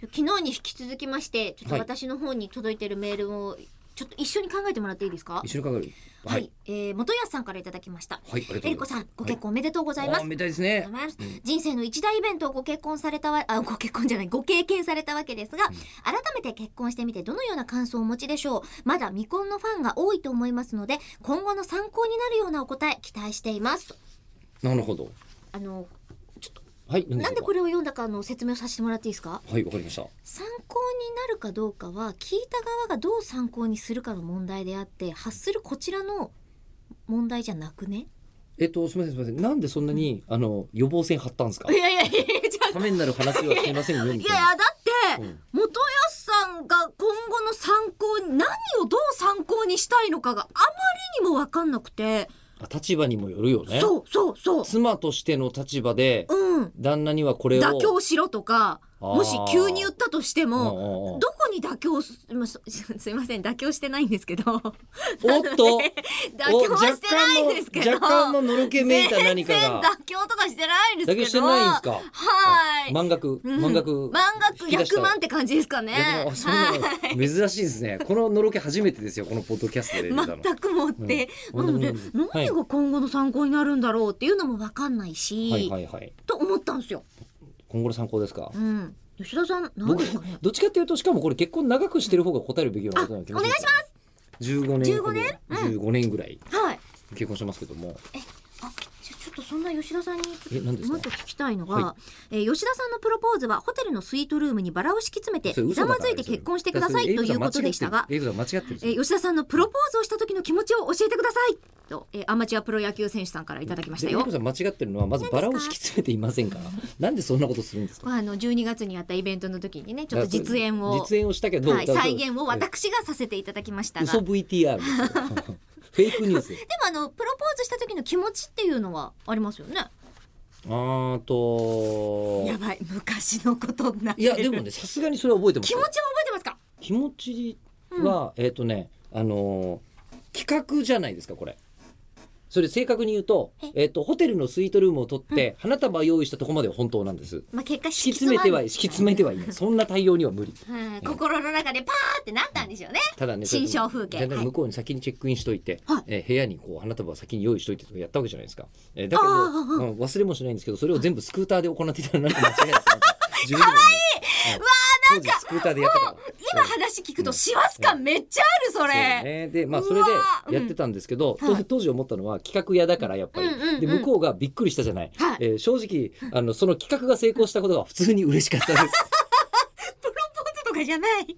昨日に引き続きましてちょっとはい私の方に届いてるメールをちょっと一緒に考えてもらっていいですか一緒にかかる。はい、。えー元康さんからいただきましたはい、ありがとえうりごこざいさまんご結婚おめでとうごす。ざいます、おめでたいですね。うん人生の一大イベントをご結婚されたわあご結婚じゃないご経験されたわけですが、改めて結婚してみてどのような感想をお持ちでしょうまだ未婚のファンが多いと思いますので今後の参考になるようなお答え期待していますとなるほど。あのはい。なんでこれ。れを読んだかの説明をさせてもらっていいですかはい、わかりました。参考になるかどうかは聞いた側がどう参考にするかの問題であって発するこちらの問題じゃなくねえっと、すみません、すみません。なんでそんなに、あの、予防線張ったんですかい。やいやいやじゃためになる話はしませんよみいやいたいやな。だって、うん元康さんが今後の参考に何をどう参考にしたいのかがあまりにも分かんなくてあ立場にもよるよね。そうそうそう妻としての立場で、うん旦那にはこれを。妥協しろとかあーもし急に言ったとしてももどこに妥協す まあそすいません妥協してないんですけど妥おっと。協はしてないんですけど若干ののろけめいた何か全然が。妥協とかしてないんですけど妥協してないんですか。はい満額、うん満満額。額引き出した100万って感じですかね逆にあそんなはい の珍しいですね。こののろけ初めてですよ。このポッドキャストで出たの。全くもって、うんなので、うんはい何が今後の参考になるんだろうっていうのも分かんないし、はいはいはい。と思ったんですよ。今後の参考ですかう。ん、吉田さん何僕ですかね。どっちかっていうとしかもこれ結婚長くしてる方が答えるべきようなことなの気がるんですよ。15年ほど。 15年15年ぐらいはい。結婚してますけども。あじゃあちょっとそんな吉田さんにえ何ですもかう一個聞きたいのが、はえー吉田さんのプロポーズはホテルのスイートルームにバラを敷き詰めてそれひ嘘ざだまからずいて結婚してくださいそれということでしたが、エイトさん間違ってる。えーエイト吉田さんのプロポーズをした時の気持ちを教えてくださいと、えーアマチュアプロ野球選手さんからいただきましさたんでエイよト。さん間違ってるのはまずバラを敷き詰めていませんから。なんでそんなことするんですか。まあ、あの12月にやったイベントの時にねちょっと実演を実演をしたけど、はい、だから再現を私がさせていただきましたがで嘘も VTR です よフェイクニュースあのプロポーズした時の気持ちっていうのはありますよねあーとやばい昔のことになっているやでもねさすがにそれは覚えてます気持ちよは覚えてますか気持ちは、えっ、とねあのー企画じゃないですかこれそれ正確に言うと,、えっとホテルのスイートルームを取って、花束用意したとこまでは本当なんですまあ結果引敷き詰めてはき敷き詰めてはいないそんな対応には無理詰まるはい心の中でパーってなったんでしょうねただね新象風景だんだんはい向こうに先にチェックインしといて、はいえー部屋にこう花束を先に用意しといてとかやったわけじゃないですか、えーだけどあーあーあーうん忘れもしないんですけどそれを全部スクーターで行っていたらなんか間違いないですかわ いいわあなんかスクーターでやってたから今話聞くと師走感めっちゃあるそそうれ、ね、でまあうわそれでやってたんですけど、うんはい当当時思ったのは企画屋だからやっぱり、うんうんうんで向こうがびっくりしたじゃない、はいえー正直あのその企画が成功したことが普通に嬉しかったですプロポーズとかじゃない